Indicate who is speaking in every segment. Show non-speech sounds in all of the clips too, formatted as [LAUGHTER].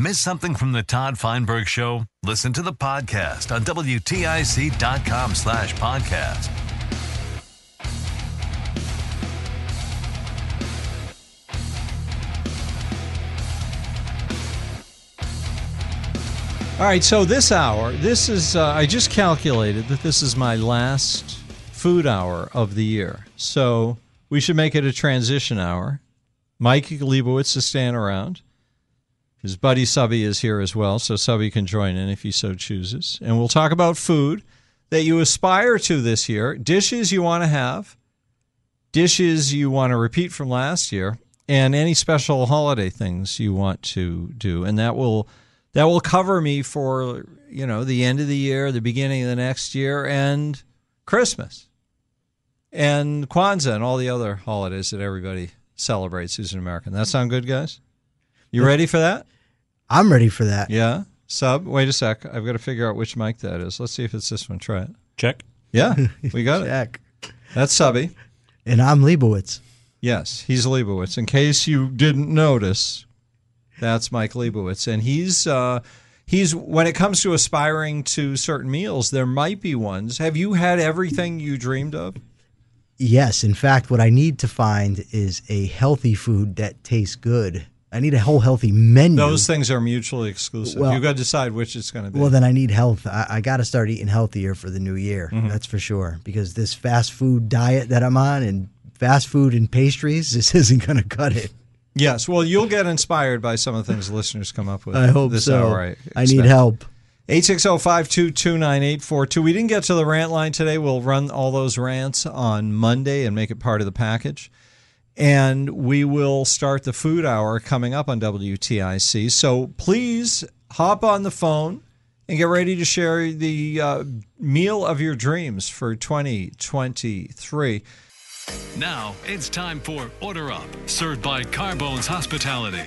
Speaker 1: Miss something from the Todd Feinberg Show? Listen to the podcast on WTIC.com slash podcast.
Speaker 2: All right, so this hour, this is, uh, I just calculated that this is my last food hour of the year. So we should make it a transition hour. Mike Leibowitz is staying around. His buddy Subby is here as well, so Subby can join in if he so chooses. And we'll talk about food that you aspire to this year, dishes you want to have, dishes you want to repeat from last year and any special holiday things you want to do and that will that will cover me for you know the end of the year the beginning of the next year and christmas and kwanzaa and all the other holidays that everybody celebrates who's an american that sound good guys you ready for that
Speaker 3: I'm ready for that.
Speaker 2: yeah sub wait a sec i've got to figure out which mic that is let's see if it's this one try it
Speaker 4: Check.
Speaker 2: yeah we got it
Speaker 3: Jack.
Speaker 2: that's subby
Speaker 3: [LAUGHS] And I'm Leibowitz.
Speaker 2: Yes, he's Leibowitz. In case you didn't notice, that's Mike Leibowitz, and he's uh, he's when it comes to aspiring to certain meals, there might be ones. Have you had everything you dreamed of?
Speaker 3: Yes, in fact, what I need to find is a healthy food that tastes good. I need a whole healthy menu.
Speaker 2: Those things are mutually exclusive.
Speaker 3: Well-
Speaker 2: you got to decide which it's going to be.
Speaker 3: well, then I need health. I, I got to start eating healthier for the new year.
Speaker 2: Mm-hmm.
Speaker 3: That's for sure. Because this fast food diet that I'm on and fast food and pastries, [LAUGHS] this isn't going to cut it.
Speaker 2: yes. Well, you'll get inspired by some of the things listeners come up with.
Speaker 3: I hope
Speaker 2: this
Speaker 3: so.
Speaker 2: hour,
Speaker 3: I need
Speaker 2: expect.
Speaker 3: help.
Speaker 2: 860-522-9842. We didn't get to the rant line today. We'll run all those rants on Monday and make it part of the package. And we will start the food hour coming up on WTIC. So please hop on the phone and get ready to share the uh, meal of your dreams for 2023.
Speaker 1: Now it's time for Order Up, served by Carbone's Hospitality.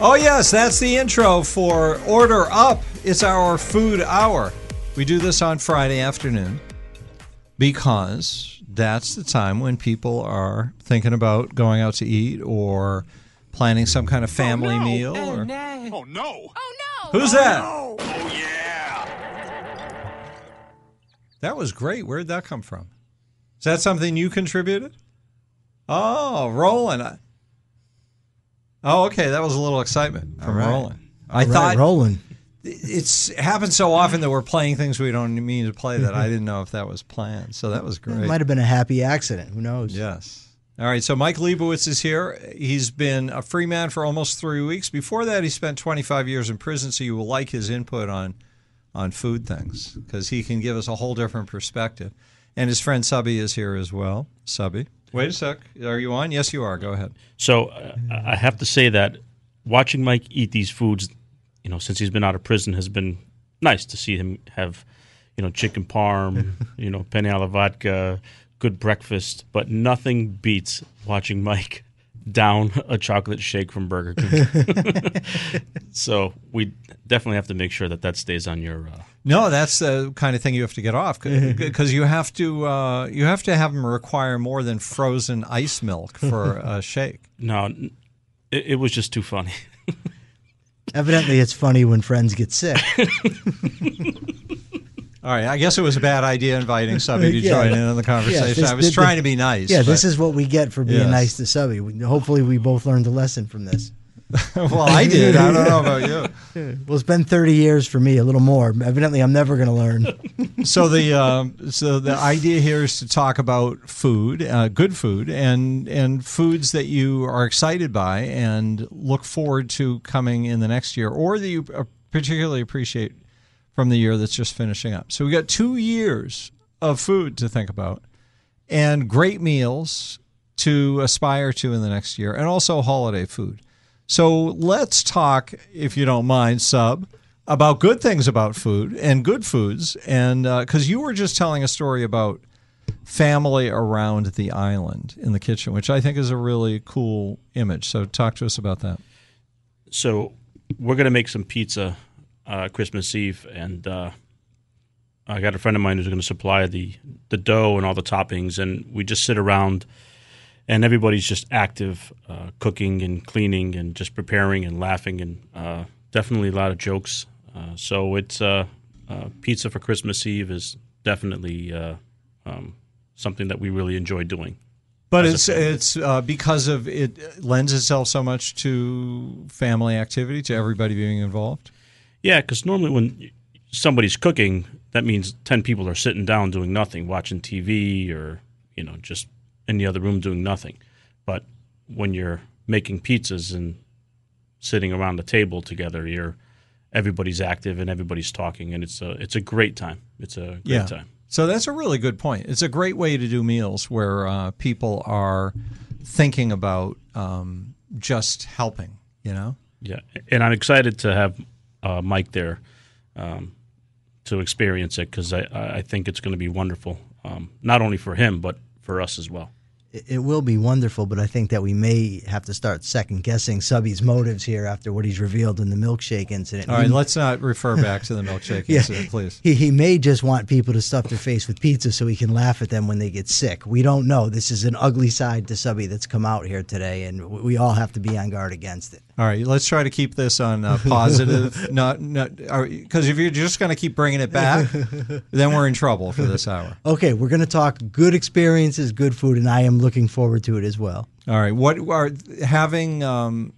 Speaker 2: Oh, yes, that's the intro for Order Up. It's our food hour. We do this on Friday afternoon because that's the time when people are thinking about going out to eat or planning some kind of family meal. or... Who's that? Oh, yeah. That was great. Where'd that come from? Is that something you contributed? Oh, Roland. I- Oh, okay. That was a little excitement from Roland. I
Speaker 3: Right,
Speaker 2: thought
Speaker 3: rolling.
Speaker 2: it's it happens so often that we're playing things we don't mean to play that I didn't know if that was planned. So that was
Speaker 3: It
Speaker 2: great.
Speaker 3: might have been a happy accident. Who knows?
Speaker 2: Yes. All right. So Mike Leibowitz is here. He's been a free man for almost three weeks. Before that, he spent 25 years in prison. So you will like his input on on food things because he can give us a whole different perspective. And his friend Subby is here as well. Subby, wait a sec. Are you on? Yes, you are. Go ahead.
Speaker 4: So uh, I have to say that watching Mike eat these foods, you know, since he's been out of prison, has been nice to see him have, you know, chicken parm, you know, penne alla vodka, good breakfast. But nothing beats watching Mike down a chocolate shake from Burger King. [LAUGHS] so we definitely have to make sure that that stays on your. Uh,
Speaker 2: No, that's the kind of thing you have to get off [LAUGHS] because you have to uh, you have to have them require more than frozen [LAUGHS] ice milk for a shake.
Speaker 4: no, n- it, it was just too funny.
Speaker 3: Evidently, it's funny when friends get sick.
Speaker 2: All right, I guess it was a bad idea inviting somebody to
Speaker 3: [LAUGHS] Yeah.
Speaker 2: join in on the conversation.
Speaker 3: this-
Speaker 2: I was
Speaker 3: the-
Speaker 2: trying to be nice.
Speaker 3: yeah,
Speaker 2: but-
Speaker 3: this is what [LAUGHS] we get for being
Speaker 2: Yes.
Speaker 3: nice to Subby. We- Hopefully, we both learned a lesson from this.
Speaker 2: [LAUGHS] well, I did. I don't know about
Speaker 3: [LAUGHS] Well, it's been 30 years for me, a little more. Evidently, I'm never going to learn.
Speaker 2: you. [LAUGHS] So the um, so the idea here is to talk about food, uh, good food, and and foods that you are excited by and look forward to coming in the next year, or that you uh, particularly appreciate from the year that's just finishing up. So we got two years of food to think about, and great meals to aspire to in the next year, and also holiday food. So let's talk, if you don't mind, sub about good things about food and good foods, and because you were just telling a story about family around the island in the kitchen, which I think is a really cool image. So talk to us about that.
Speaker 4: so we're gonna make some pizza uh, Christmas Eve, and uh, I got a friend of mine who's gonna supply the the dough and all the toppings, and we just sit around, and everybody's just active, uh, cooking and cleaning and just preparing and laughing, and uh, definitely a lot of jokes. Uh, so it's uh, uh, pizza for Christmas Eve is definitely uh, um, something that we really enjoy doing.
Speaker 2: But it's it's uh, because of it lends itself so much to family activity, to everybody being involved.
Speaker 4: Yeah, because normally when somebody's cooking, that means ten people are sitting down doing nothing, watching TV or you know just in the other room doing nothing. But when you're making pizzas and sitting around the table together, you're everybody's active and everybody's talking, and it's a it's a great time. It's a great time.
Speaker 2: So that's a really good point. It's a great way to do meals where uh, people are thinking about um, just helping. You know,
Speaker 4: Yeah, and I'm excited to have uh, Mike there um, to experience it because I, I I think it's going to be wonderful, um, not only for him but for us as well.
Speaker 3: It it will be wonderful, but I think that we may have to start second guessing Subby's motives here after what he's revealed in the milkshake incident.
Speaker 2: all right. Let's not refer back
Speaker 4: [LAUGHS]
Speaker 2: to the
Speaker 3: [LAUGHS]
Speaker 2: milkshake incident, please.
Speaker 3: He, he may just want people to stuff their face with pizza so he can laugh at them when they get sick. We don't know. This is an ugly side to Subby that's come out here today, and w- we all have to be on guard against it.
Speaker 2: All right, let's try to keep this on uh,
Speaker 4: [LAUGHS]
Speaker 2: positive. not not because if you're just going to keep bringing it back, then we're in trouble for this hour.
Speaker 3: Okay, we're going to talk good experiences, good food, and I am looking forward to it as well.
Speaker 2: All right. What are having um,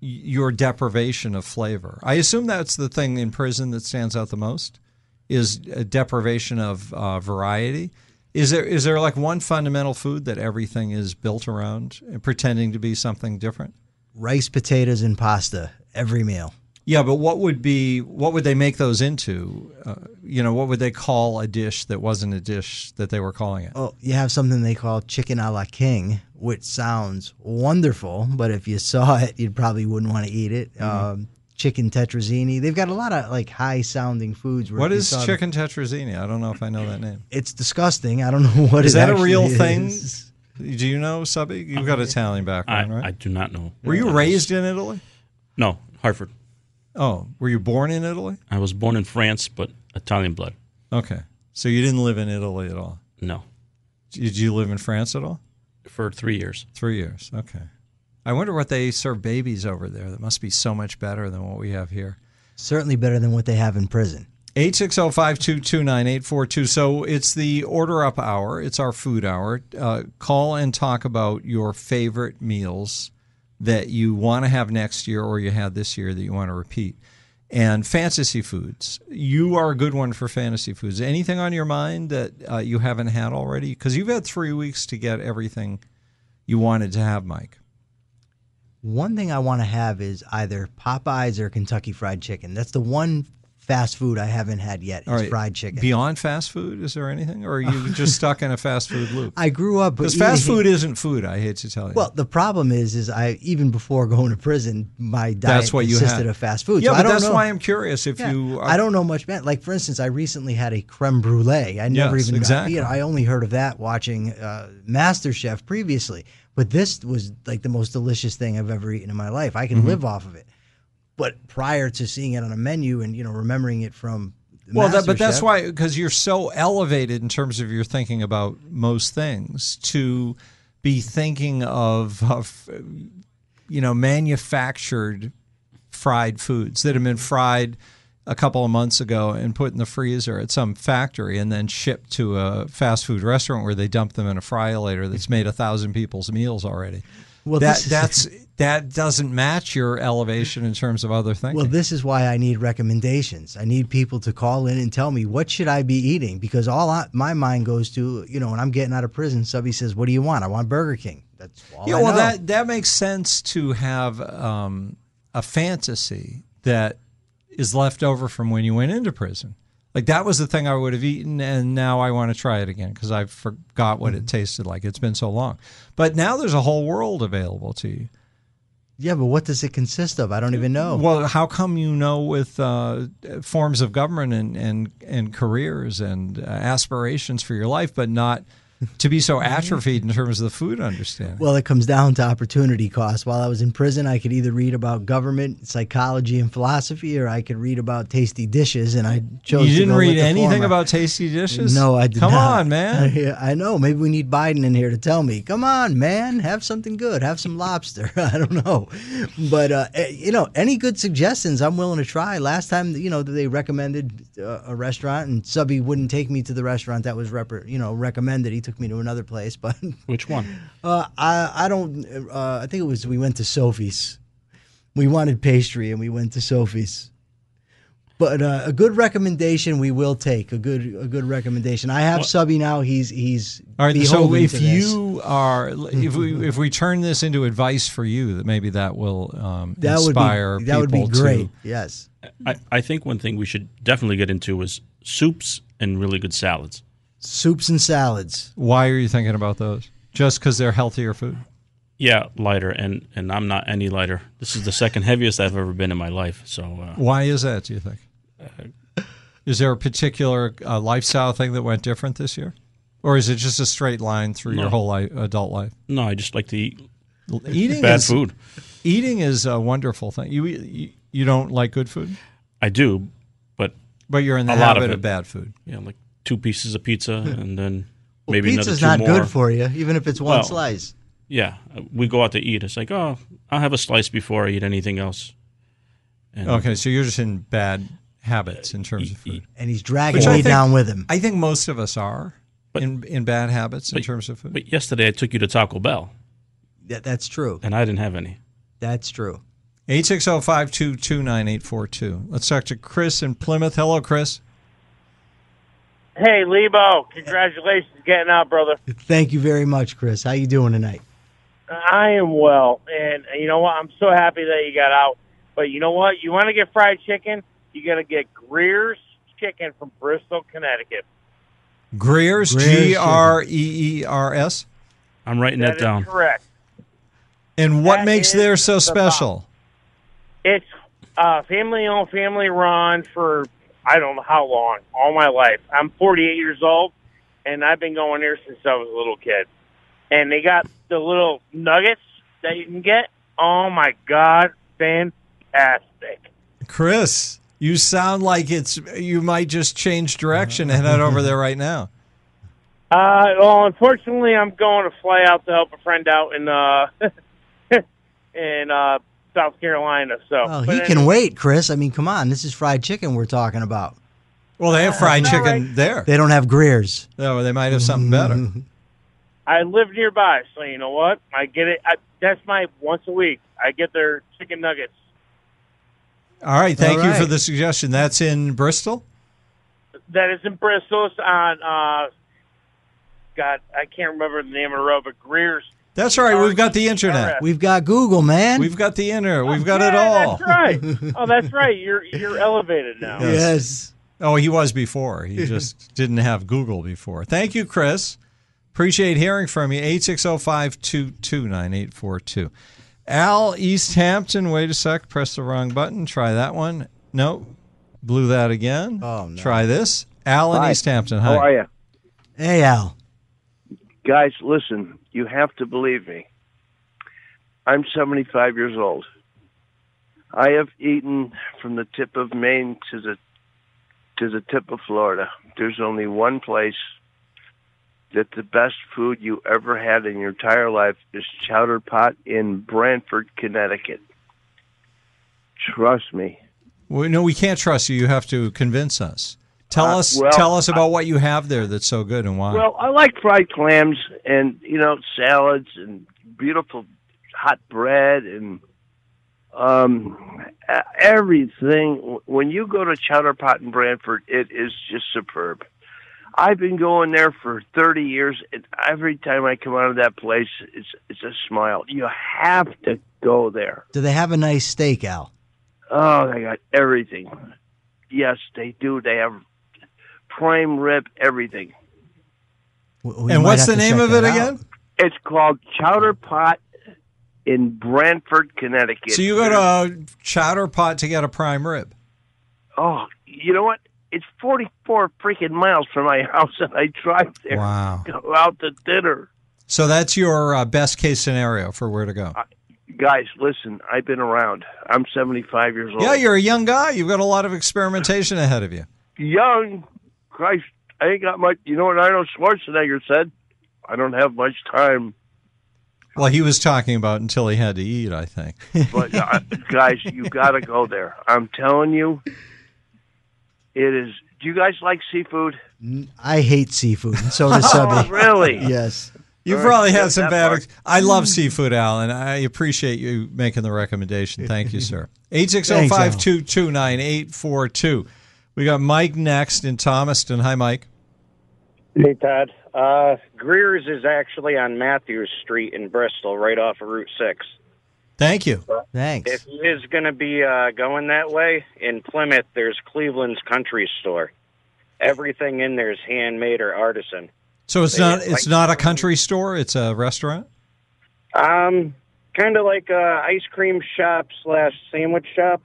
Speaker 2: y- your deprivation of flavor? I assume that's the thing in prison that stands out the most is a deprivation of uh, variety. Is there is there like one fundamental food that everything is built around, uh, pretending to be something different?
Speaker 3: Rice, potatoes, and pasta every meal.
Speaker 2: Yeah, but what would be what would they make those into? Uh, you know, what would they call a dish that wasn't a dish that they were calling it?
Speaker 3: Oh, you have something they call chicken a la king, which sounds wonderful, but if you saw [LAUGHS] it, you probably wouldn't want to eat it.
Speaker 2: Mm-hmm.
Speaker 3: Um, chicken tetrazzini. They've got a lot of like high sounding foods. Where
Speaker 2: What
Speaker 3: if you
Speaker 2: is
Speaker 3: saw the-
Speaker 2: chicken tetrazzini? I don't know if I know that name.
Speaker 3: It's disgusting. I don't [LAUGHS] know what
Speaker 2: Is
Speaker 3: it
Speaker 2: that a
Speaker 3: actually
Speaker 2: real
Speaker 3: is.
Speaker 2: thing? Do you know, Subby? You've got Italian
Speaker 4: I,
Speaker 2: background, right?
Speaker 4: I do not know.
Speaker 2: Were you
Speaker 4: Uh,
Speaker 2: raised in Italy?
Speaker 4: No, Hartford.
Speaker 2: Oh, were you born in Italy?
Speaker 4: I was born in France, but Italian blood.
Speaker 2: Okay. So you didn't live in Italy at all.
Speaker 4: No,
Speaker 2: Did you live in France at all?
Speaker 4: for three years.
Speaker 2: Three years. Okay. I wonder what they serve babies over there. That must be so much better than what we have here.
Speaker 3: Certainly better than what they have in prison.
Speaker 2: 860-522-9842. So it's the order up hour. It's our food hour. Uh, call and talk about your favorite meals that you want to have next year or you had this year that you want to repeat. And fantasy foods. You are a good one for fantasy foods. Anything on your mind that uh, you haven't had already? Because you've had three weeks to get everything you wanted to have, Mike.
Speaker 3: One thing I want to have is either Popeyes or Kentucky Fried Chicken. That's the one fast food I haven't had yet. Is
Speaker 2: All right.
Speaker 3: fried chicken.
Speaker 2: Beyond fast food, is there anything? Or
Speaker 3: [LAUGHS]
Speaker 2: are you just stuck in a fast food loop?
Speaker 3: I grew up
Speaker 2: Because
Speaker 3: eating-
Speaker 2: fast food isn't food, I hate to tell you.
Speaker 3: Well, the problem is, is I even before [LAUGHS] going to prison, my diet
Speaker 2: that's what you
Speaker 3: consisted
Speaker 2: had.
Speaker 3: of fast food.
Speaker 2: Yeah,
Speaker 3: so
Speaker 2: but
Speaker 3: I don't
Speaker 2: that's
Speaker 3: know.
Speaker 2: why I'm curious if
Speaker 3: Yeah,
Speaker 2: you.
Speaker 3: I don't know much about. Like for instance, I recently had a creme brulee. I never
Speaker 2: Yes,
Speaker 3: even
Speaker 2: exactly.
Speaker 3: you know, I only heard of that watching uh, MasterChef previously. But this was like the most delicious thing I've ever eaten in my life. I can
Speaker 2: Mm-hmm.
Speaker 3: live off of it. But prior to seeing it on a menu and you know remembering it from
Speaker 2: Well, that, but that's
Speaker 3: MasterChef,
Speaker 2: why because you're so elevated in terms of your thinking about most things to be thinking of, of you know manufactured fried foods that have been fried a couple of months ago and put in the freezer at some factory and then shipped to a fast food restaurant where they dump them in a fryer that's made a thousand people's meals already.
Speaker 3: Well,
Speaker 2: Well, that
Speaker 3: this is-
Speaker 2: that's that doesn't match your elevation in terms of other things.
Speaker 3: Well, this is why I need recommendations. I need people to call in and tell me what should I be eating because all I, my mind goes to, you know, when I'm getting out of prison, somebody says, "What do you want?" I want Burger King. That's all.
Speaker 2: yeah,
Speaker 3: I
Speaker 2: well,
Speaker 3: know.
Speaker 2: that that makes sense to have um, a fantasy that is left over from when you went into prison. Like that was the thing I would have eaten, and now I want to try it again because I forgot
Speaker 3: Mm-hmm.
Speaker 2: what it tasted like. It's been so long, but now there's a whole world available to you.
Speaker 3: yeah, but what does it consist of? I don't even know.
Speaker 2: Well, how come you know with uh, forms of government and, and, and careers and uh, aspirations for your life, but not to
Speaker 3: [LAUGHS]
Speaker 2: be
Speaker 3: Mm-hmm.
Speaker 2: so atrophied in terms of the food understanding?
Speaker 3: Well, it comes down to opportunity cost. While I was in prison, I could either read about government, psychology, and philosophy, or I could read about tasty dishes, and I chose.
Speaker 2: you
Speaker 3: to
Speaker 2: didn't
Speaker 3: go with
Speaker 2: read
Speaker 3: the
Speaker 2: anything
Speaker 3: former.
Speaker 2: about tasty dishes?
Speaker 3: No, I did
Speaker 2: Come
Speaker 3: not. [LAUGHS]
Speaker 2: on, man.
Speaker 3: I know. Maybe we need Biden in here to tell me. Come on, man. Have something good. Have some lobster. [LAUGHS] I don't know, but uh, eh, you know, any good suggestions, I'm willing to try. Last time, you know, they recommended uh, a restaurant, and Subby wouldn't take me to the restaurant that was rep- you know recommended. He took me to another place, [LAUGHS] but
Speaker 4: Which one?
Speaker 3: uh, I I don't. Uh, I think it was we went to Sophie's. We wanted pastry, and we went to Sophie's. But uh, a good recommendation we will take. A good a good recommendation. I have Subby now. He's he's
Speaker 2: All right. So
Speaker 3: beholden
Speaker 2: if
Speaker 3: to this. Mm-hmm.
Speaker 2: you are, if we if we turn this into advice for you, that maybe that will um,
Speaker 3: that would
Speaker 2: inspire
Speaker 3: be that would be
Speaker 2: people to-
Speaker 3: great. Yes.
Speaker 4: I, I think one thing we should definitely get into is soups and really good salads.
Speaker 3: Soups and salads.
Speaker 2: why are you thinking about those? Just because they're healthier food?
Speaker 4: Yeah, lighter, and and I'm not any lighter. This is the second heaviest I've ever been in my life. So uh,
Speaker 2: Why is that, do you think? Is there a particular uh, lifestyle thing that went different this year? Or is it just a straight line through your
Speaker 4: No.
Speaker 2: whole life, adult life?
Speaker 4: no, I just like to eat
Speaker 2: L- Eating
Speaker 4: bad
Speaker 2: is,
Speaker 4: food.
Speaker 2: Eating is a wonderful thing. You, you you don't like good food,
Speaker 4: I do, but
Speaker 2: but you're in
Speaker 4: A
Speaker 2: the
Speaker 4: lot of
Speaker 2: habit of,
Speaker 4: it.
Speaker 2: bad food.
Speaker 4: yeah, like two pieces of
Speaker 2: [LAUGHS]
Speaker 4: pizza, and then maybe another
Speaker 3: Pizza's
Speaker 4: two
Speaker 3: not
Speaker 4: more.
Speaker 3: good for you, even if it's one
Speaker 4: Well,
Speaker 3: slice.
Speaker 4: yeah, uh, we go out to eat. It's like, oh, I'll have a slice before I eat anything else. And
Speaker 2: Okay, so you're just in bad habits in terms of food.
Speaker 3: And he's dragging
Speaker 2: Which I
Speaker 3: me
Speaker 2: think-
Speaker 3: down with him.
Speaker 2: I think most of us are
Speaker 4: But-
Speaker 2: in in bad habits in terms of food.
Speaker 4: But yesterday I took you to Taco Bell,
Speaker 3: That, that's true.
Speaker 4: and I didn't have any.
Speaker 3: That's true.
Speaker 2: 860-522-9842. Let's talk to Chris in Plymouth. Hello, Chris.
Speaker 5: Hey, Lebo, congratulations getting out, brother.
Speaker 3: Thank you very much, Chris. How you doing tonight?
Speaker 5: I am well, and you know what? I'm so happy that you got out. But you know what? You want to get fried chicken? You got to get Greer's chicken from Bristol, Connecticut.
Speaker 2: Greer's,
Speaker 3: Greer's chicken.
Speaker 2: G R E E R S.
Speaker 4: I'm writing that,
Speaker 5: That is
Speaker 4: down.
Speaker 5: correct.
Speaker 2: And what
Speaker 5: That
Speaker 2: makes
Speaker 5: is
Speaker 2: theirs so
Speaker 5: the
Speaker 2: special?
Speaker 5: It's uh, family owned, family run for I don't know how long, all my life. I'm 48 years old, and I've been going there since I was a little kid. And they got the little nuggets that you can get. Oh my God, fantastic!
Speaker 2: Chris, you sound like it's you might just change direction and head over there right now.
Speaker 5: Uh, well, unfortunately, I'm going to fly out to help a friend out in uh, [LAUGHS] in uh, South Carolina. So
Speaker 2: Oh,
Speaker 3: Well,
Speaker 5: But
Speaker 3: he can wait, Chris. I mean, come on. This is fried chicken we're talking about.
Speaker 5: [LAUGHS]
Speaker 2: Well, they have fried
Speaker 5: all
Speaker 2: chicken
Speaker 5: right.
Speaker 2: there.
Speaker 3: They don't have Greers.
Speaker 2: Oh, they might have something better.
Speaker 5: I live nearby, so you know what? I get it. I, that's my once a week. I get their chicken nuggets.
Speaker 2: All right, thank
Speaker 3: All
Speaker 2: you for
Speaker 3: right.
Speaker 2: the suggestion. That's in Bristol.
Speaker 5: That is in Bristol. It's on uh, God, I can't remember the name of the road, but Greer's.
Speaker 2: That's all right. We've got the internet.
Speaker 5: Alright.
Speaker 3: We've got Google, man.
Speaker 2: We've got the inner. We've got
Speaker 5: yeah,
Speaker 2: it all.
Speaker 5: That's
Speaker 2: [LAUGHS]
Speaker 5: right. oh, that's right. You're you're elevated now.
Speaker 3: yes.
Speaker 2: Oh, he was before.
Speaker 3: [LAUGHS]
Speaker 2: He just didn't have Google before. Thank you, Chris. Appreciate hearing from you. 860-522-9842. Al East Hampton, wait a sec, press the wrong button. Try that one. No. Blew that again.
Speaker 3: Oh, no.
Speaker 2: Try this. Al in East Hampton. Hi.
Speaker 6: How are you?
Speaker 3: Hey, Al.
Speaker 6: Guys, listen, you have to believe me. I'm 75 years old. I have eaten from the tip of Maine to the to the tip of Florida. There's only one place that the best food you ever had in your entire life is chowder pot in Brantford, Connecticut.
Speaker 7: Trust me.
Speaker 2: We, no, we can't trust you. You have to convince us. Tell
Speaker 7: Uh,
Speaker 2: us,
Speaker 7: well,
Speaker 2: tell us about what you have there that's so good and why.
Speaker 7: Well, I like fried clams and you know salads and beautiful hot bread and um e- everything. When you go to Chowder Pot in Branford, it is just superb. I've been going there for 30 years, and every time I come out of that place, it's it's a smile. You have to go there.
Speaker 3: [LAUGHS] Do they have a nice steak, Al?
Speaker 7: Oh, they got everything. Yes, they do. They have prime rib, everything.
Speaker 3: W- we
Speaker 2: And
Speaker 3: might
Speaker 2: what's
Speaker 3: have
Speaker 2: the
Speaker 3: to
Speaker 2: name
Speaker 3: check
Speaker 2: of it
Speaker 3: that
Speaker 2: again?
Speaker 3: out.
Speaker 7: It's called Chowder Pot in Brantford, Connecticut.
Speaker 2: So you go to uh, Chowder Pot to get a prime rib.
Speaker 7: Oh, you know what? It's 44 freaking miles from my [LAUGHS] house, and I drive there.
Speaker 2: Wow.
Speaker 7: Go out to dinner.
Speaker 2: So that's your uh, best case scenario for where to go.
Speaker 7: Guys, listen, I've been around. I'm 75 years old.
Speaker 2: Yeah, you're a young guy. You've got a lot of experimentation ahead of you.
Speaker 7: young. Christ, I ain't got much. You know what Arnold Schwarzenegger said? I don't have much time.
Speaker 2: Well, he was talking about until he had to eat, I think.
Speaker 7: But uh, guys, you got to go there. I'm telling you, it is. Do you guys like seafood?
Speaker 3: I hate seafood, and so does
Speaker 7: Oh,
Speaker 3: Subby.
Speaker 7: really?
Speaker 3: [LAUGHS] Yes.
Speaker 2: [LAUGHS] You
Speaker 7: All right,
Speaker 2: probably
Speaker 7: uh, yeah,
Speaker 2: had some
Speaker 7: that
Speaker 2: bad.
Speaker 7: part.
Speaker 2: Ex- I love seafood, Alan. I appreciate you making the recommendation. Thank
Speaker 7: [LAUGHS]
Speaker 2: you, sir. 860-522-9842. We got Mike next in Thomaston. Hi, Mike.
Speaker 8: Hey, Todd. Uh, Greer's is actually on Matthews Street in Bristol, right off of Route 6.
Speaker 2: Thank you.
Speaker 3: Thanks.
Speaker 8: If he is going to be uh, going that way, in Plymouth, there's Cleveland's Country Store. Everything in there is handmade or artisan.
Speaker 2: So it's not it's
Speaker 8: Mike.
Speaker 2: not a country store. It's a restaurant.
Speaker 8: Um, kind of like a ice cream shop slash sandwich shop,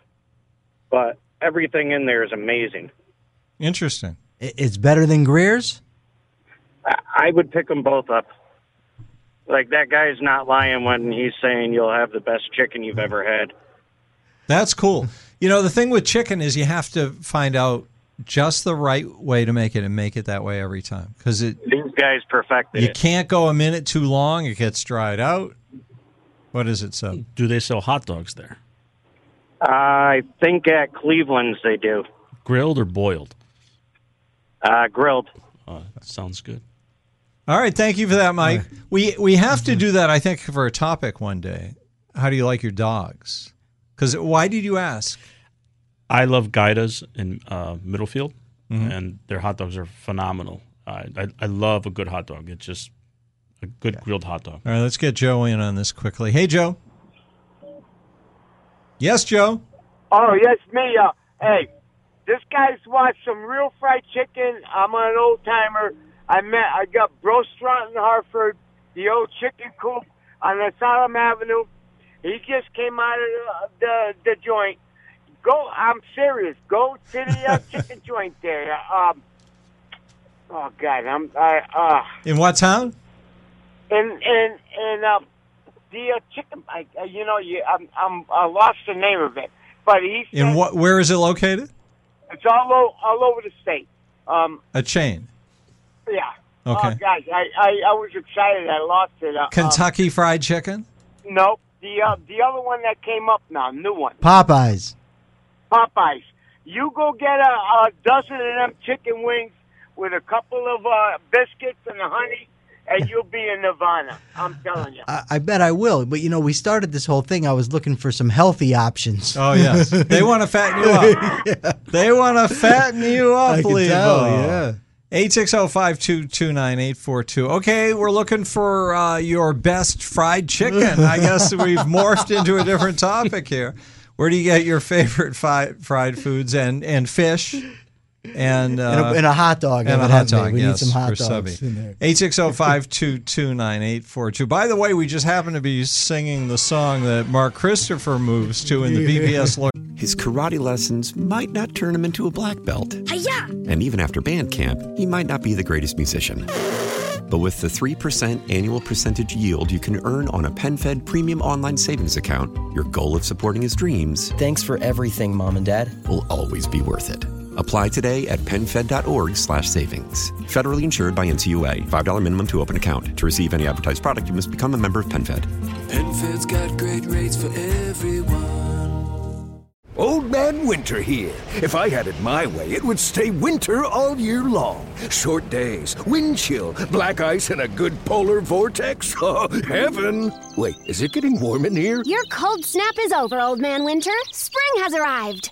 Speaker 8: but everything in there is amazing.
Speaker 2: Interesting.
Speaker 3: I- It's better than Greer's.
Speaker 8: I, I would pick them both up. Like that guy's not lying when he's saying you'll have the best chicken you've ever had.
Speaker 2: That's
Speaker 4: Mm-hmm.
Speaker 2: cool. You know, the thing with chicken is you have to find out just the right way to make it and make it that way every time because it
Speaker 8: These guys perfected
Speaker 2: you
Speaker 8: it.
Speaker 2: can't go a minute too long. It gets dried out. What is it, sub?
Speaker 4: Hmm. Do they sell hot dogs there?
Speaker 8: I think at Cleveland's they do.
Speaker 4: Grilled or boiled?
Speaker 8: Uh, grilled.
Speaker 4: Uh, that sounds good.
Speaker 2: All right, thank you for that, Mike. We we have
Speaker 4: Mm-hmm.
Speaker 2: to do that, I think, for a topic one day. How do you like your dogs? Because why did you ask?
Speaker 4: I love Gaidas in uh, Middlefield,
Speaker 2: Mm-hmm.
Speaker 4: and their hot dogs are phenomenal. I, I I love a good hot dog. It's just a good grilled hot dog.
Speaker 2: All right, let's get Joe in on this quickly. Hey, Joe. Yes, Joe.
Speaker 9: Oh, yes, me. Uh, hey, this guy's watched some real fried chicken. I'm an old timer. I met, I got Brostrant in Hartford, the old chicken coop on Asylum Avenue. He just came out of the the, the joint. Go, I'm serious. Go to the uh, chicken joint there. Um, oh God, I'm I
Speaker 2: In what town?
Speaker 9: uh and and and um the uh, chicken. I, uh, you know, you I'm I'm I lost the name of it, but he
Speaker 2: In
Speaker 9: said-
Speaker 2: what? Where is it located?
Speaker 9: it's all o- all over the state. Um,
Speaker 2: A chain.
Speaker 9: yeah.
Speaker 2: Okay.
Speaker 9: Oh gosh, I, I, I was excited. I lost it. Uh,
Speaker 2: Kentucky Fried Chicken.
Speaker 9: Um, no, the uh, the other one that came up now, new one,
Speaker 3: Popeyes.
Speaker 9: Popeyes. You go get a, a dozen of them chicken wings with a couple of uh, biscuits and a honey, and you'll be in Nirvana. I'm telling you.
Speaker 3: I, I bet I will. But you know, we started this whole thing. I was looking for some healthy options. [LAUGHS]
Speaker 2: Oh yes, they want to fatten you up. They want to fatten you
Speaker 3: [LAUGHS]
Speaker 2: up,
Speaker 3: I can
Speaker 2: Levo.
Speaker 3: tell, yeah.
Speaker 2: 860-522-9842. Okay, we're looking for uh, your best fried chicken. I guess
Speaker 3: [LAUGHS]
Speaker 2: we've morphed into a different topic here. Where do you get your favorite fi- fried foods and and fish? And uh,
Speaker 3: And a, and a hot dog.
Speaker 2: and a hot
Speaker 3: evidently.
Speaker 2: dog.
Speaker 3: We
Speaker 2: yes,
Speaker 3: need some hot
Speaker 2: for
Speaker 3: dogs
Speaker 2: Subby.
Speaker 3: in there.
Speaker 2: 860-522-9842. By the way, we just happen to be singing the song that Mark Christopher moves to
Speaker 3: [LAUGHS]
Speaker 2: in the BBS Lord.
Speaker 10: His karate lessons might not turn him into a black belt.
Speaker 11: Hiya!
Speaker 10: And even after band camp, he might not be the greatest musician. But with the 3% annual percentage yield you can earn on a PenFed premium online savings account, your goal of supporting his dreams
Speaker 12: Thanks for everything, Mom and Dad.
Speaker 10: will always be worth it. Apply today at PenFed.org slash savings. Federally insured by NCUA. $5 minimum to open account. To receive any advertised product, you must become a member of PenFed.
Speaker 13: Penfed's got great rates for everyone.
Speaker 14: Old Man Winter here. If I had it my way, it would stay winter all year long. Short days, wind chill, black ice, and a good polar vortex. [LAUGHS] Oh, heaven! Wait, is it getting warm in here?
Speaker 15: Your cold snap is over, Old Man Winter. Spring has arrived.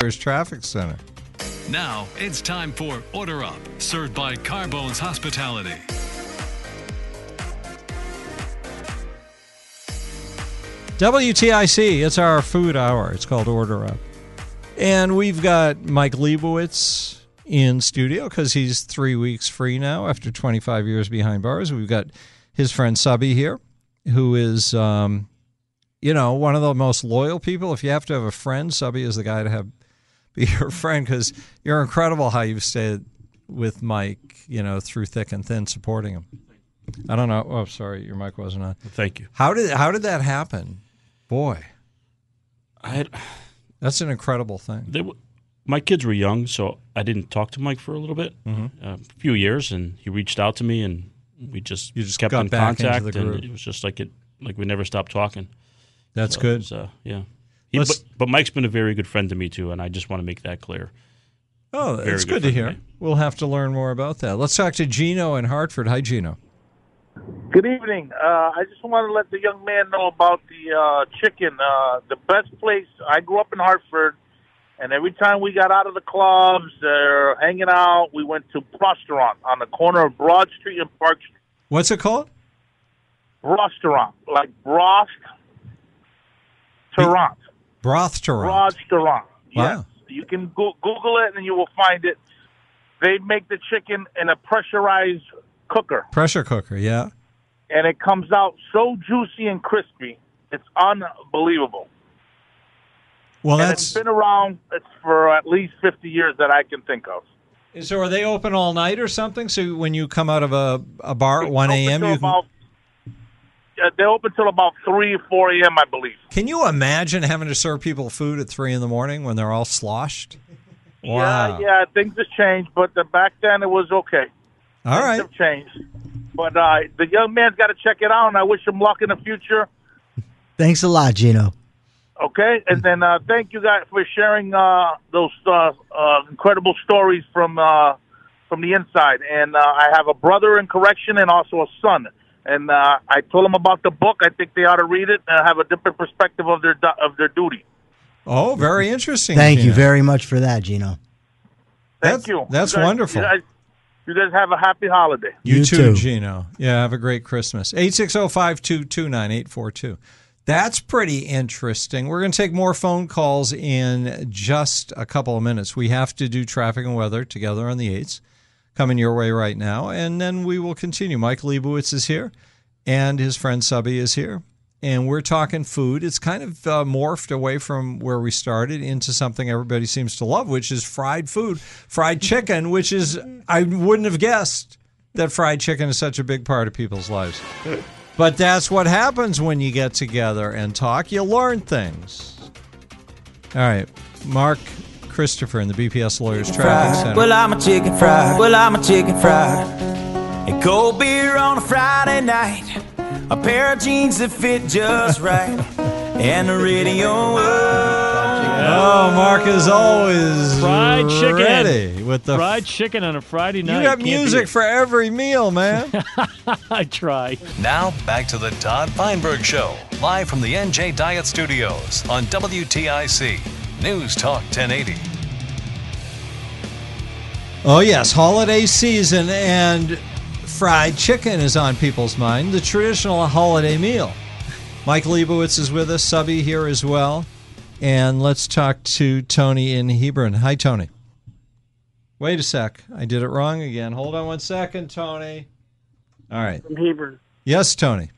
Speaker 2: There's Traffic Center.
Speaker 1: Now it's time for Order Up, served by Carbone's Hospitality.
Speaker 2: WTIC, it's our food hour. It's called Order Up. And we've got Mike Leibowitz in studio because he's three weeks free now after 25 years behind bars. We've got his friend Subby here, who is, um, you know, one of the most loyal people. If you have to have a friend, Subby is the guy to have [LAUGHS] be your friend because you're incredible how you've stayed with Mike, you know, through thick and thin, supporting him. I don't know. Oh, sorry, your mic wasn't on.
Speaker 4: Thank you.
Speaker 2: How did how did that happen? Boy,
Speaker 4: I had,
Speaker 2: that's an incredible thing.
Speaker 4: They, w- my kids were young, so I didn't talk to Mike for a little bit, Uh,
Speaker 2: Mhm.
Speaker 4: a few years, and he reached out to me, and we just
Speaker 2: You just
Speaker 4: kept
Speaker 2: got
Speaker 4: in
Speaker 2: back into
Speaker 4: contact,
Speaker 2: the group.
Speaker 4: and it was just like it like we never stopped talking.
Speaker 2: That's
Speaker 4: So it
Speaker 2: good.
Speaker 4: was, uh, yeah. He,
Speaker 2: Let's-
Speaker 4: but, but Mike's been a very good friend to me too, and I just want to make that clear.
Speaker 2: Oh,
Speaker 4: Very
Speaker 2: it's
Speaker 4: good
Speaker 2: good to
Speaker 4: friend
Speaker 2: hear. We'll have to learn more about that. Let's talk to Gino in Hartford. Hi, Gino.
Speaker 16: Good evening. Uh, I just want to let the young man know about the uh, chicken. Uh, the best place. I grew up in Hartford, and every time we got out of the clubs or hanging out, we went to restaurant on the corner of Broad Street and Park Street.
Speaker 2: What's it called?
Speaker 16: Restaurant, like broth, Toronto.
Speaker 2: Broth Toronto.
Speaker 16: Broad Restaurant.
Speaker 2: Wow.
Speaker 16: You can go- Google it, and you will find it. They make the chicken in a pressurized cooker.
Speaker 2: Pressure cooker, yeah.
Speaker 16: and it comes out so juicy and crispy. It's unbelievable.
Speaker 2: Well,
Speaker 16: and
Speaker 2: that's
Speaker 16: it's been around it's for at least 50 years that I can think of.
Speaker 2: so. Are they open all night or something? So when you come out of a, a bar at one a.m., you can,
Speaker 16: About, yeah, they Uh, open till about 3 or 4 a.m., I believe.
Speaker 2: can you imagine having to serve people food at three in the morning when they're all sloshed? Wow.
Speaker 16: Yeah, yeah, things have changed, but the, back then it was okay.
Speaker 2: All right.
Speaker 16: Things have changed. But uh, the young man's got to check it out, and I wish him luck in the future.
Speaker 3: Thanks a lot, Gino.
Speaker 16: Okay, and then uh, thank you guys for sharing uh, those uh, uh, incredible stories from uh, from the inside. And uh, I have a brother in correction and also a son. And uh, I told them about the book. I think they ought to read it and have a different perspective of their du- of their duty.
Speaker 2: Oh, very interesting.
Speaker 3: Thank you
Speaker 2: Gino.
Speaker 3: very much for that, Gino.
Speaker 16: Thank you.
Speaker 2: that's
Speaker 16: You guys-
Speaker 2: wonderful.
Speaker 16: You guys, you guys have a happy holiday.
Speaker 2: You,
Speaker 3: You
Speaker 2: too,
Speaker 3: too.
Speaker 2: Gino. Yeah, have a great Christmas. 860-522-9842. That's pretty interesting. We're going to take more phone calls in just a couple of minutes. We have to do traffic and weather together on the 8s. Coming your way right now. And then we will continue. Mike Leibowitz is here and his friend Subby is here. And we're talking food. It's kind of uh, morphed away from where we started into something everybody seems to love, which is fried food, fried chicken, which is, I wouldn't have guessed that fried chicken is such a big part of people's lives. But that's what happens when you get together and talk. You learn things. All right. Mark Christopher in the BPS Lawyers Traffic Center.
Speaker 17: Well, I'm a chicken fried. Well, I'm a chicken fried. A cold beer on a Friday night. A pair of jeans that fit just right. And the radio.
Speaker 2: Oh, Mark is always
Speaker 18: fried chicken.
Speaker 2: ready with the
Speaker 18: fried chicken on a Friday night.
Speaker 2: You got
Speaker 18: Can't beat
Speaker 2: music
Speaker 18: it.
Speaker 2: for every meal, man.
Speaker 17: [LAUGHS]
Speaker 18: [LAUGHS] I try.
Speaker 1: Now, back to the Todd Feinberg Show, live from the NJ Diet Studios on WTIC News Talk 1080.
Speaker 2: Oh, yes, holiday season and fried chicken is on people's mind, the traditional holiday meal. Mike Leibowitz is with us, Subby here as well. And let's talk to Tony in Hebron. Hi, Tony. Wait a sec. I did it wrong again. Hold on one second, Tony. All right.
Speaker 19: from Hebron.
Speaker 2: Yes, Tony.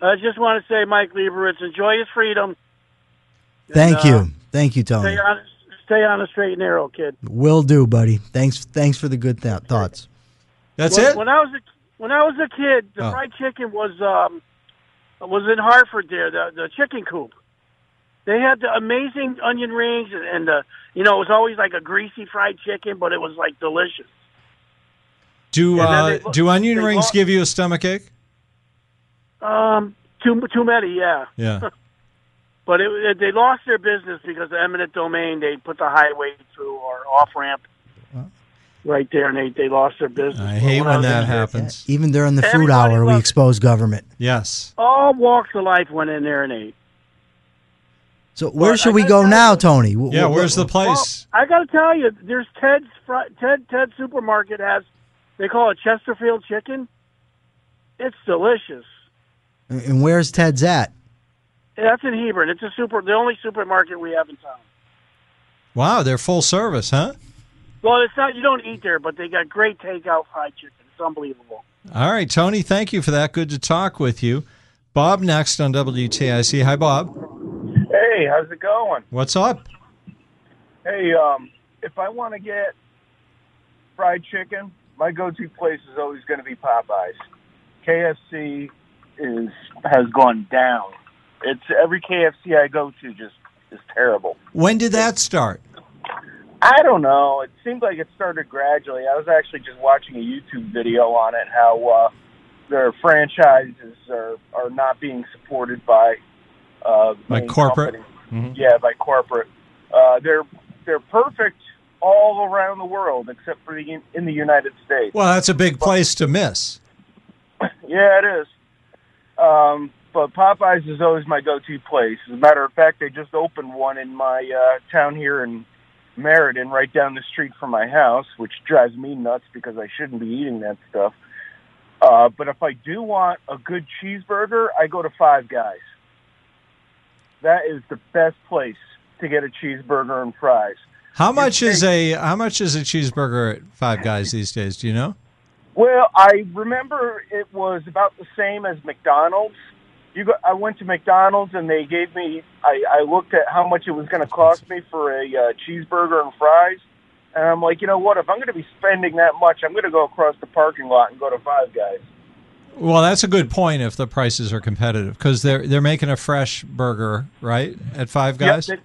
Speaker 19: I just want to say, Mike Leibowitz, enjoy your freedom.
Speaker 3: Thank
Speaker 2: uh,
Speaker 3: you. Thank you, Tony.
Speaker 19: Stay on, stay on the straight and narrow, kid.
Speaker 3: Will do, buddy. Thanks thanks for the good th- thoughts.
Speaker 19: when, When I was a, when I was a kid, the
Speaker 3: Oh.
Speaker 19: fried chicken was um, was in Hartford there, the the chicken coop. They had the amazing onion rings and, and the you know it was always like a greasy fried chicken, but it was like delicious.
Speaker 2: Do
Speaker 19: And then
Speaker 2: uh,
Speaker 19: they lo-
Speaker 2: do onion
Speaker 19: they
Speaker 2: rings
Speaker 19: lo-
Speaker 2: give you a stomach ache?
Speaker 19: Um, too too many, yeah.
Speaker 2: Yeah.
Speaker 19: But it, it, they lost their business because the eminent domain they put the highway through or off ramp right there, and they, they lost their business.
Speaker 2: I hate when that happens.
Speaker 3: Even during the food hour, we expose government.
Speaker 2: Yes.
Speaker 19: All walks of life went in there and ate.
Speaker 3: So where should we go now, Tony? Wh-
Speaker 2: Yeah,
Speaker 3: wh-
Speaker 2: where's the place?
Speaker 19: I got to tell you, there's Ted's fri- Ted Ted supermarket has they call it Chesterfield chicken. It's delicious.
Speaker 3: And where's Ted's at?
Speaker 19: That's in Hebron. It's a super the only supermarket we have in town.
Speaker 2: Wow, they're full service, huh?
Speaker 19: Well, it's not you don't eat there, but they got great takeout fried chicken. It's unbelievable.
Speaker 2: All right, Tony, thank you for that. Good to talk with you. Bob next on WTIC. Hi, Bob.
Speaker 20: Hey, how's it going?
Speaker 2: What's up?
Speaker 20: Hey, um, if I want to get fried chicken, my go-to place is always going to be Popeyes. KFC is has gone down. It's every KFC I go to just is terrible.
Speaker 2: When did that start?
Speaker 20: I don't know. It seemed like it started gradually. I was actually just watching a YouTube video on it how uh, their franchises are are not being supported by uh, the
Speaker 2: By
Speaker 20: main
Speaker 2: corporate?
Speaker 20: company.
Speaker 2: Mm-hmm.
Speaker 20: Yeah, by corporate. Uh, they're they're perfect all around the world except for the in the United States.
Speaker 2: Well, that's a big place to miss.
Speaker 20: [LAUGHS] Yeah, it is. Um, but Popeyes is always my go-to place. As a matter of fact, they just opened one in my uh, town here in Meriden, right down the street from my house, which drives me nuts because I shouldn't be eating that stuff. Uh, but if I do want a good cheeseburger, I go to Five Guys. That is the best place to get a cheeseburger and fries.
Speaker 2: How much is a how much is a cheeseburger at Five Guys these days? Do you know?
Speaker 20: Well, I remember it was about the same as McDonald's. You go, I went to McDonald's and they gave me. I, I looked at how much it was going to cost me for a uh, cheeseburger and fries, and I'm like, you know what? If I'm going to be spending that much, I'm going to go across the parking lot and go to Five Guys.
Speaker 2: Well, that's a good point if the prices are competitive because they're they're making a fresh burger right at Five Guys.
Speaker 20: Yep,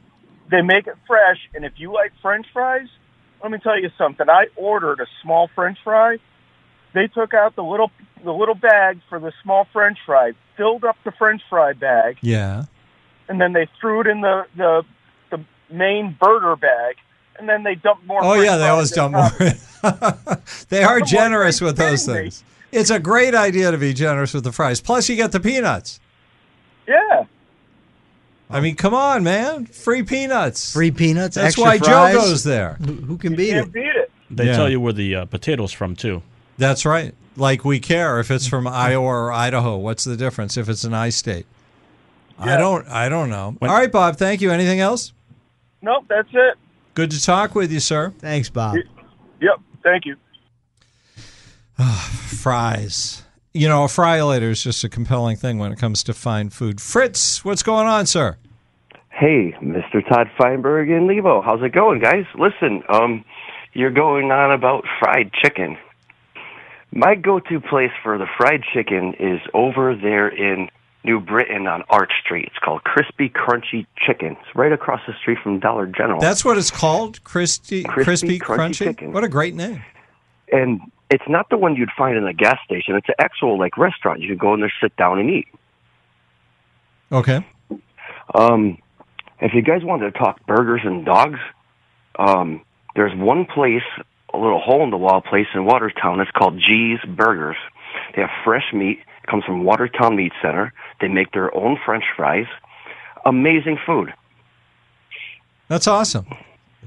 Speaker 20: they, they make it fresh, and if you like French fries, let me tell you something. I ordered a small French fry. They took out the little the little bag for the small French fry, filled up the French fry bag.
Speaker 2: Yeah.
Speaker 20: and then they threw it in the the, the main burger bag, and then they dumped more.
Speaker 2: Oh
Speaker 20: french
Speaker 2: yeah, they
Speaker 20: fries
Speaker 2: always
Speaker 20: on
Speaker 2: dump
Speaker 20: top.
Speaker 2: more. [LAUGHS] they are generous with those
Speaker 20: kidding me?
Speaker 2: things. It's a great idea to be generous with the fries. Plus, you get the peanuts.
Speaker 20: Yeah.
Speaker 2: I mean, come on, man! Free peanuts.
Speaker 3: Free peanuts.
Speaker 2: That's
Speaker 3: extra
Speaker 2: why
Speaker 3: fries.
Speaker 2: Joe goes there.
Speaker 3: Who who can beat it?
Speaker 4: They
Speaker 2: Yeah.
Speaker 4: tell you where the uh, potatoes from too.
Speaker 2: That's right. Like we care if it's from Iowa or Idaho. What's the difference if it's an I state? I don't. I don't know. All right, Bob. Thank you. Anything else?
Speaker 20: Nope, that's it.
Speaker 2: Good to talk with you, sir.
Speaker 3: Thanks, Bob.
Speaker 20: Yep, thank you.
Speaker 2: Fries. You know, a fry later is just a compelling thing when it comes to fine food. Fritz, what's going on, sir?
Speaker 21: Hey, Mr. Todd Feinberg and Lebo, how's it going, guys? Listen, um, you're going on about fried chicken. My go-to place for the fried chicken is over there in New Britain on Arch Street. It's called Crispy Crunchy Chicken. It's right across the street from Dollar General.
Speaker 2: That's what it's called, crispy, crispy,
Speaker 21: Crispy Crunchy
Speaker 2: crunchy.
Speaker 21: Chicken.
Speaker 2: What a great name!
Speaker 21: and it's not the one you'd find in a gas station. It's an actual like restaurant. You can go in there, sit down, and eat.
Speaker 2: Okay.
Speaker 21: Um, If you guys wanted to talk burgers and dogs, um, there's one place, a little hole in the wall place in Watertown. It's called G's Burgers. They have fresh meat. It comes from Watertown Meat Center. They make their own French fries. Amazing food.
Speaker 2: That's awesome.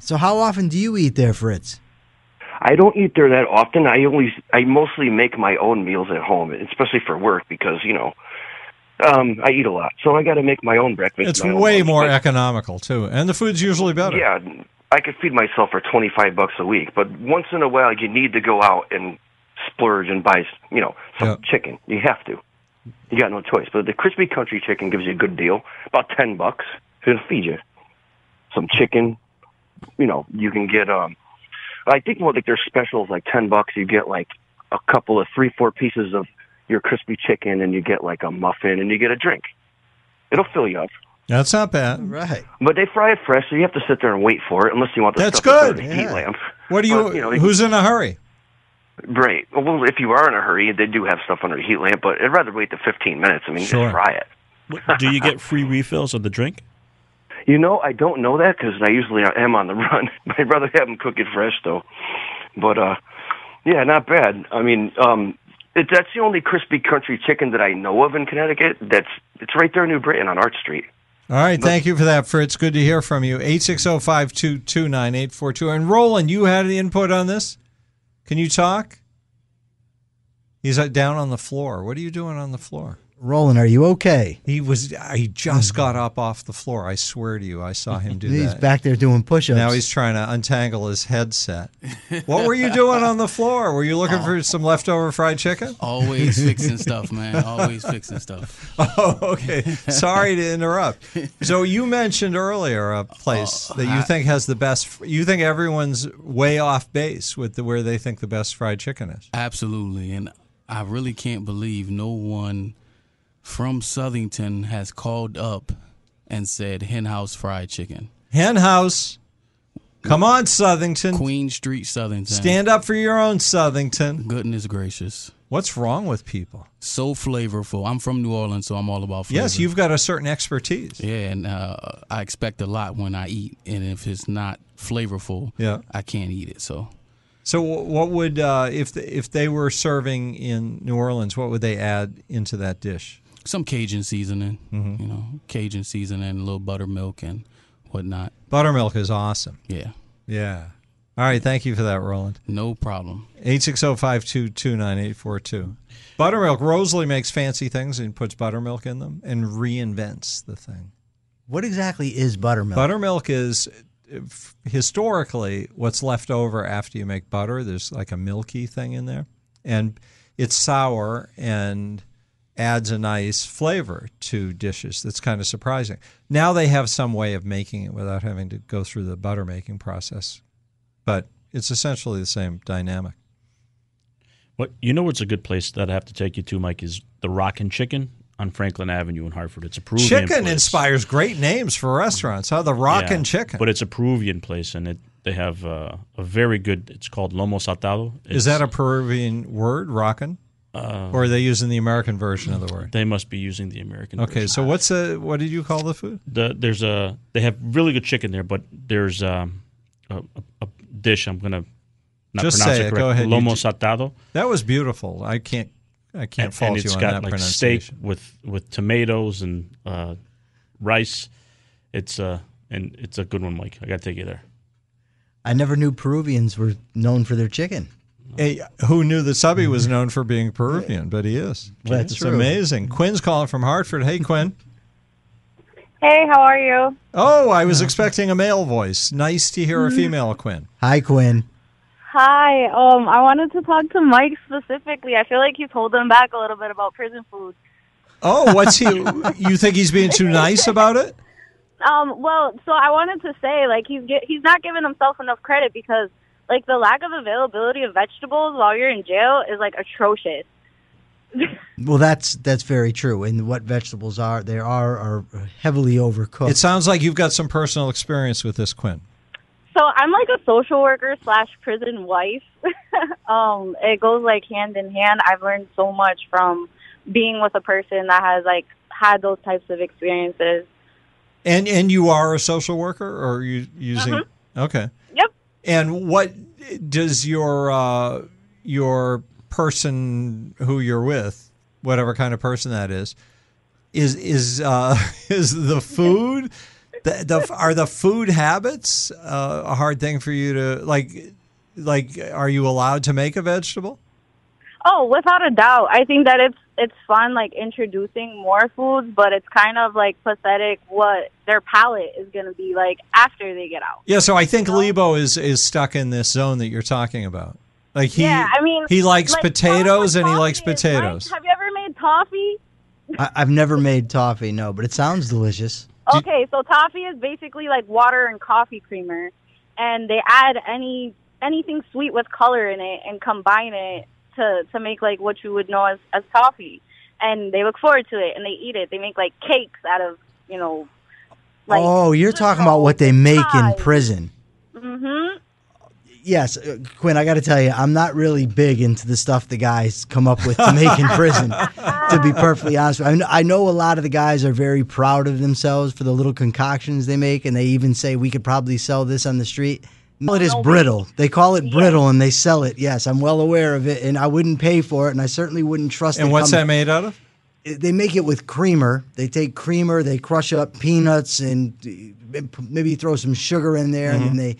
Speaker 3: So how often do you eat there, Fritz?
Speaker 21: I don't eat there that often. I only I mostly make my own meals at home, especially for work because you know um, I eat a lot, so I got to make my own breakfast.
Speaker 2: It's
Speaker 21: my own
Speaker 2: way
Speaker 21: lunch.
Speaker 2: more economical too, and the food's usually better.
Speaker 21: Yeah, I could feed myself for twenty five bucks a week, but once in a while you need to go out and splurge and buy you know some chicken. You have to. You got no choice. But the crispy country chicken gives you a good deal, about ten bucks. It'll feed you some chicken. You know, you can get um. I think well, like their specials, like ten bucks, you get like a couple of three, four pieces of your crispy chicken, and you get like a muffin, and you get a drink. It'll fill you up.
Speaker 2: That's not bad.
Speaker 3: Right.
Speaker 21: But they fry it fresh, so you have to sit there and wait for it, unless you want the
Speaker 2: That's
Speaker 21: stuff to
Speaker 2: good.
Speaker 21: go to the heat lamp.
Speaker 2: What do you?
Speaker 21: But, you know, they-
Speaker 2: who's in a hurry?
Speaker 21: Great. Well, if you are in a hurry, they do have stuff under the heat lamp, but I'd rather wait the fifteen minutes. I mean,
Speaker 4: Sure.
Speaker 21: just fry it.
Speaker 4: Do you get free refills of the drink?
Speaker 21: You know, I don't know that because I usually am on the [LAUGHS] run. I'd rather have them cook it fresh, though. But uh, yeah, not bad. I mean, um, it, that's the only crispy country chicken that I know of in Connecticut. That's it's right there in New Britain on Arch Street.
Speaker 2: All right, thank you for that, Fritz. Good to hear from you. 860-522-9842. And Roland, you had the input on this. Can you talk? He's uh, down on the floor. What are you doing on the floor?
Speaker 3: Roland, are you okay?
Speaker 2: He was. He just got up off the floor. I swear to you, I saw him
Speaker 3: [LAUGHS]
Speaker 2: do
Speaker 3: He's
Speaker 2: that.
Speaker 3: back there doing push-ups.
Speaker 2: Now he's trying to untangle his headset. What
Speaker 13: [LAUGHS]
Speaker 2: were you doing on the floor? Were you looking for some leftover fried chicken?
Speaker 5: Oh.
Speaker 2: [LAUGHS]
Speaker 5: Always fixing stuff, man. Always fixing stuff.
Speaker 2: Oh, okay. Sorry to interrupt. So you mentioned earlier a place that you
Speaker 5: Oh, I-
Speaker 2: think has the best. You think everyone's way off base with the, where they think the best fried chicken is.
Speaker 5: Absolutely. And I really can't believe no one from Southington has called up and said hen house fried chicken.
Speaker 2: Hen House, come on, Southington.
Speaker 5: Queen Street, Southington.
Speaker 2: Stand up for your own, Southington.
Speaker 5: Goodness gracious.
Speaker 2: What's wrong with people?
Speaker 5: So flavorful. I'm from New Orleans, so I'm all about flavor.
Speaker 2: Yes, you've got a certain expertise.
Speaker 5: Yeah, and uh, I expect a lot when I eat, and if it's not flavorful,
Speaker 2: Yeah.
Speaker 5: I can't eat it. So
Speaker 2: So wh- what would uh, if th- if they were serving in New Orleans? What would they add into that dish? Mm-hmm.
Speaker 5: some Cajun seasoning, you know, Cajun seasoning, a little buttermilk and whatnot.
Speaker 2: Buttermilk is awesome.
Speaker 5: Yeah.
Speaker 2: Yeah. All right. Thank you for that, Roland.
Speaker 5: No problem.
Speaker 2: 860-522-9842. Buttermilk. Rosalie makes fancy things and puts buttermilk in them and reinvents the thing.
Speaker 3: What exactly is buttermilk?
Speaker 2: Buttermilk is uh, f- historically what's left over after you make butter. There's like a milky thing in there, and it's sour and adds a nice flavor to dishes. That's kind of surprising. Now they have some way of making it without having to go through the butter making process, but it's essentially the same dynamic.
Speaker 4: What you know? What's a good place that I have to take you to, Mike? Is the Rockin' Chicken on Franklin Avenue in Hartford. It's a Peruvian
Speaker 2: Chicken
Speaker 4: place.
Speaker 2: inspires great names for restaurants. How the rockin'
Speaker 4: Yeah,
Speaker 2: chicken.
Speaker 4: but it's a Peruvian place, and it they have uh, a very good. It's called lomo saltado.
Speaker 2: Is that a Peruvian word, rockin'?
Speaker 4: Uh,
Speaker 2: or are they using the American version of the word?
Speaker 4: They must be using the American.
Speaker 2: Okay, so what's a what did you call the food?
Speaker 4: the there's a they have really good chicken there, but there's um, a, a, a dish I'm gonna not
Speaker 2: Just
Speaker 4: pronounce
Speaker 2: say
Speaker 4: it
Speaker 2: it.
Speaker 4: correct.
Speaker 2: Go ahead. You
Speaker 4: Lomo
Speaker 2: ju-
Speaker 4: saltado.
Speaker 2: That was beautiful. I can't I can't
Speaker 4: and,
Speaker 2: fault
Speaker 4: and it's
Speaker 2: you on
Speaker 4: got
Speaker 2: that
Speaker 4: like
Speaker 2: pronunciation.
Speaker 4: steak with with tomatoes and uh, rice. It's uh and it's a good one, Mike. I gotta take you there.
Speaker 3: I never knew Peruvians were known for their chicken.
Speaker 2: Hey, who knew that Subby was
Speaker 4: Mm-hmm.
Speaker 2: known for being Peruvian, but he is.
Speaker 3: Well,
Speaker 2: it's
Speaker 3: that's true.
Speaker 2: amazing. Quinn's calling from Hartford. Hey, Quinn.
Speaker 6: Hey, how are you?
Speaker 2: Oh, I was expecting a male voice. Nice to hear a
Speaker 4: Mm-hmm.
Speaker 2: female Quinn.
Speaker 3: Hi, Quinn.
Speaker 6: Hi. Um, I wanted to talk to Mike specifically. I feel like he's holding back a little bit about prison food.
Speaker 2: Oh, what's
Speaker 3: [LAUGHS]
Speaker 2: he? you think he's being too nice about it?
Speaker 6: Um, well, so I wanted to say like he's get, he's not giving himself enough credit because like the lack of availability of vegetables while you're in jail is like atrocious.
Speaker 3: Well, that's that's very true. And what vegetables are there are are heavily overcooked.
Speaker 2: It sounds like you've got some personal experience with this, Quinn.
Speaker 6: So I'm like a social worker slash prison wife. [LAUGHS] um, it goes like hand in hand. I've learned so much from being with a person that has like had those types of experiences.
Speaker 2: And and you are a social worker, or are you using?
Speaker 6: Mhm.
Speaker 2: Okay.
Speaker 6: Yep.
Speaker 2: And what does your uh, your person who you're with, whatever kind of person that is, is is uh, [LAUGHS] is the food? The, the are the food habits uh, a hard thing for you to like? Like, are you allowed to make a vegetable?
Speaker 6: Oh, without a doubt. I think that it's it's fun like introducing more foods, but it's kind of like pathetic what their palate is going to be like after they get out.
Speaker 2: Yeah, so I think Lebo is is stuck in this zone that you're talking about. Like he
Speaker 6: Yeah, I mean,
Speaker 2: he likes
Speaker 6: like,
Speaker 2: potatoes and he likes
Speaker 6: Mike,
Speaker 2: potatoes.
Speaker 6: have you ever made toffee?
Speaker 3: I, I've never made toffee, no, but it sounds delicious.
Speaker 6: Okay, so toffee is basically like water and coffee creamer, and they add any anything sweet with color in it and combine it to to make like what you would know as as toffee. And they look forward to it and they eat it. They make like cakes out of you know. Like,
Speaker 3: oh, you're talking about what they make in prison.
Speaker 6: hmm
Speaker 3: Yes, uh, Quinn, I got to tell you, I'm not really big into the stuff the guys come up with to make in prison, to be perfectly honest. With you. I, know, I know a lot of the guys are very proud of themselves for the little concoctions they make, and they even say we could probably sell this on the street. No, it is brittle. They call it brittle and they sell it. Yes, I'm well aware of it, and I wouldn't pay for it, and I certainly wouldn't trust it.
Speaker 2: And what's
Speaker 3: come-
Speaker 2: that made out of?
Speaker 3: they make it with creamer. They take creamer, they crush up peanuts, and uh, maybe throw some sugar in there,
Speaker 2: Mhm.
Speaker 3: and then they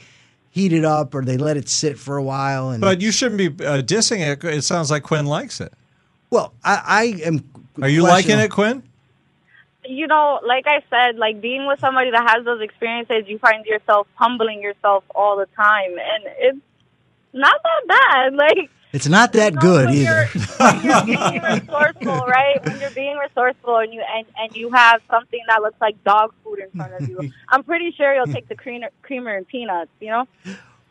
Speaker 3: heat it up or they let it sit for a while. And
Speaker 2: But you shouldn't be uh, dissing it. It sounds like Quinn likes it.
Speaker 3: well, I, I am.
Speaker 2: Are you liking it, Quinn?
Speaker 6: You know, like I said, like being with somebody that has those experiences, you find yourself humbling yourself all the time, and it's not that bad. [LAUGHS] Like
Speaker 3: It's not that good either. [LAUGHS]
Speaker 6: being resourceful, right? When you're being resourceful and you and, and you have something that looks like dog food in front of you, I'm pretty sure you'll take the creamer, creamer and peanuts. You know?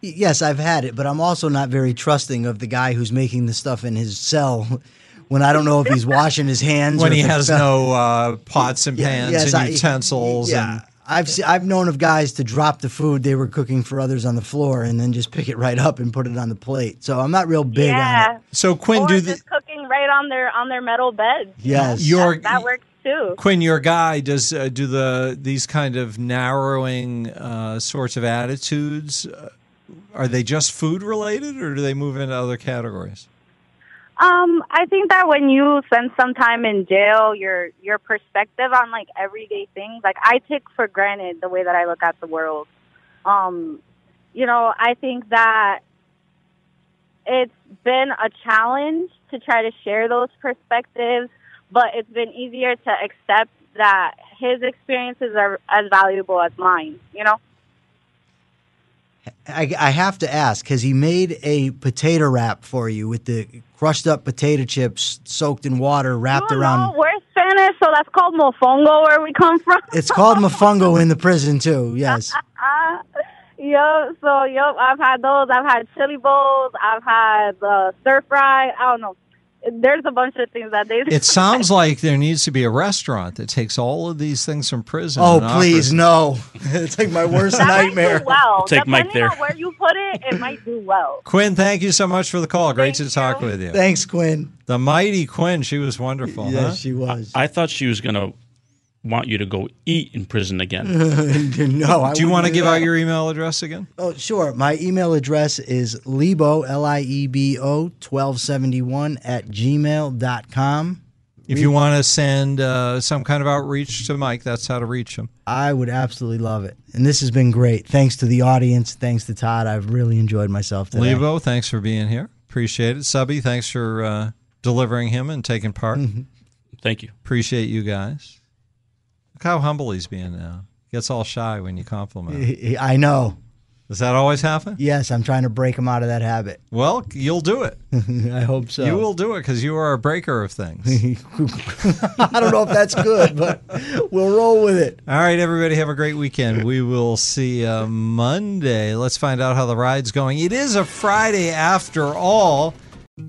Speaker 3: Yes, I've had it, but I'm also not very trusting of the guy who's making the stuff in his cell [LAUGHS] when I don't know if he's washing his hands
Speaker 2: When
Speaker 3: or
Speaker 2: he
Speaker 3: if it's-
Speaker 2: has no uh, pots and pans
Speaker 3: yes,
Speaker 2: and
Speaker 3: I-
Speaker 2: utensils
Speaker 3: Yeah.
Speaker 2: and
Speaker 3: [LAUGHS] I've se- I've known of guys to drop the food they were cooking for others on the floor and then just pick it right up and put it on the plate. So I'm not real big on
Speaker 6: Yeah.
Speaker 3: it.
Speaker 2: So Quinn,
Speaker 6: or just cooking right on their on their metal beds.
Speaker 2: Yes. Your-
Speaker 6: that, that works too.
Speaker 2: Quinn, your guy does uh, do the these kind of narrowing uh, sorts of attitudes. Uh, are they just food related, or do they move into other categories?
Speaker 6: Um, I think that when you spend some time in jail, your your perspective on like everyday things, like I take for granted the way that I look at the world. Um, you know, I think that it's been a challenge to try to share those perspectives, but it's been easier to accept that his experiences are as valuable as mine. You know.
Speaker 3: I, I have to ask: Has he made a potato wrap for you with the crushed up potato chips soaked in water wrapped around?
Speaker 6: No, we're Spanish, so that's called mofongo where we come from.
Speaker 3: It's called mofongo in the prison too.
Speaker 6: [LAUGHS]
Speaker 3: Yes.
Speaker 6: Uh, yep. So yep, I've had those. I've had chili bowls. I've had uh, stir fry. I don't know. There's a bunch of things that they.
Speaker 2: It
Speaker 6: [LAUGHS]
Speaker 2: sounds like there needs to be a restaurant that takes all of these things from prison.
Speaker 3: Oh,
Speaker 2: and offers-
Speaker 3: please, no! [LAUGHS] it's like my worst
Speaker 6: That might
Speaker 3: nightmare.
Speaker 6: do well.
Speaker 2: Take Mike
Speaker 6: Depending
Speaker 2: there.
Speaker 6: on where you put it, it might do well.
Speaker 2: Quinn, thank you so much for the call. Great to talk with you.
Speaker 3: Thanks, Quinn.
Speaker 2: The mighty Quinn, she was wonderful.
Speaker 3: Yes,
Speaker 2: huh?
Speaker 3: she was. [LAUGHS]
Speaker 4: I thought she was going to want you to go eat in prison again.
Speaker 3: no, I
Speaker 2: do you
Speaker 3: wouldn't
Speaker 2: want to give
Speaker 3: that.
Speaker 2: out your email address again?
Speaker 3: Oh, sure. My email address is Lebo, L I E B O, 1271 at gmail.com.
Speaker 2: If you want to send uh, some kind of outreach to Mike, that's how to reach him.
Speaker 3: I would absolutely love it. And this has been great. Thanks to the audience. Thanks to Todd. I've really enjoyed myself today.
Speaker 2: Lebo, thanks for being here. Appreciate it. Subby, thanks for uh, delivering him and taking part.
Speaker 3: Mm-hmm.
Speaker 4: Thank you.
Speaker 2: Appreciate you guys. Look how humble he's being now. Gets all shy when you compliment. him.
Speaker 3: I know.
Speaker 2: Does that always happen?
Speaker 3: Yes, I'm trying to break him out of that habit. [LAUGHS]
Speaker 2: Well, you'll do it.
Speaker 3: I hope so.
Speaker 2: You will do it because you are a breaker
Speaker 3: [LAUGHS]
Speaker 2: of things.
Speaker 3: I don't know if that's good, but we'll roll with it.
Speaker 2: All right, everybody, have a great weekend. We will see you Monday. Let's find out how the ride's going. It is a Friday after all.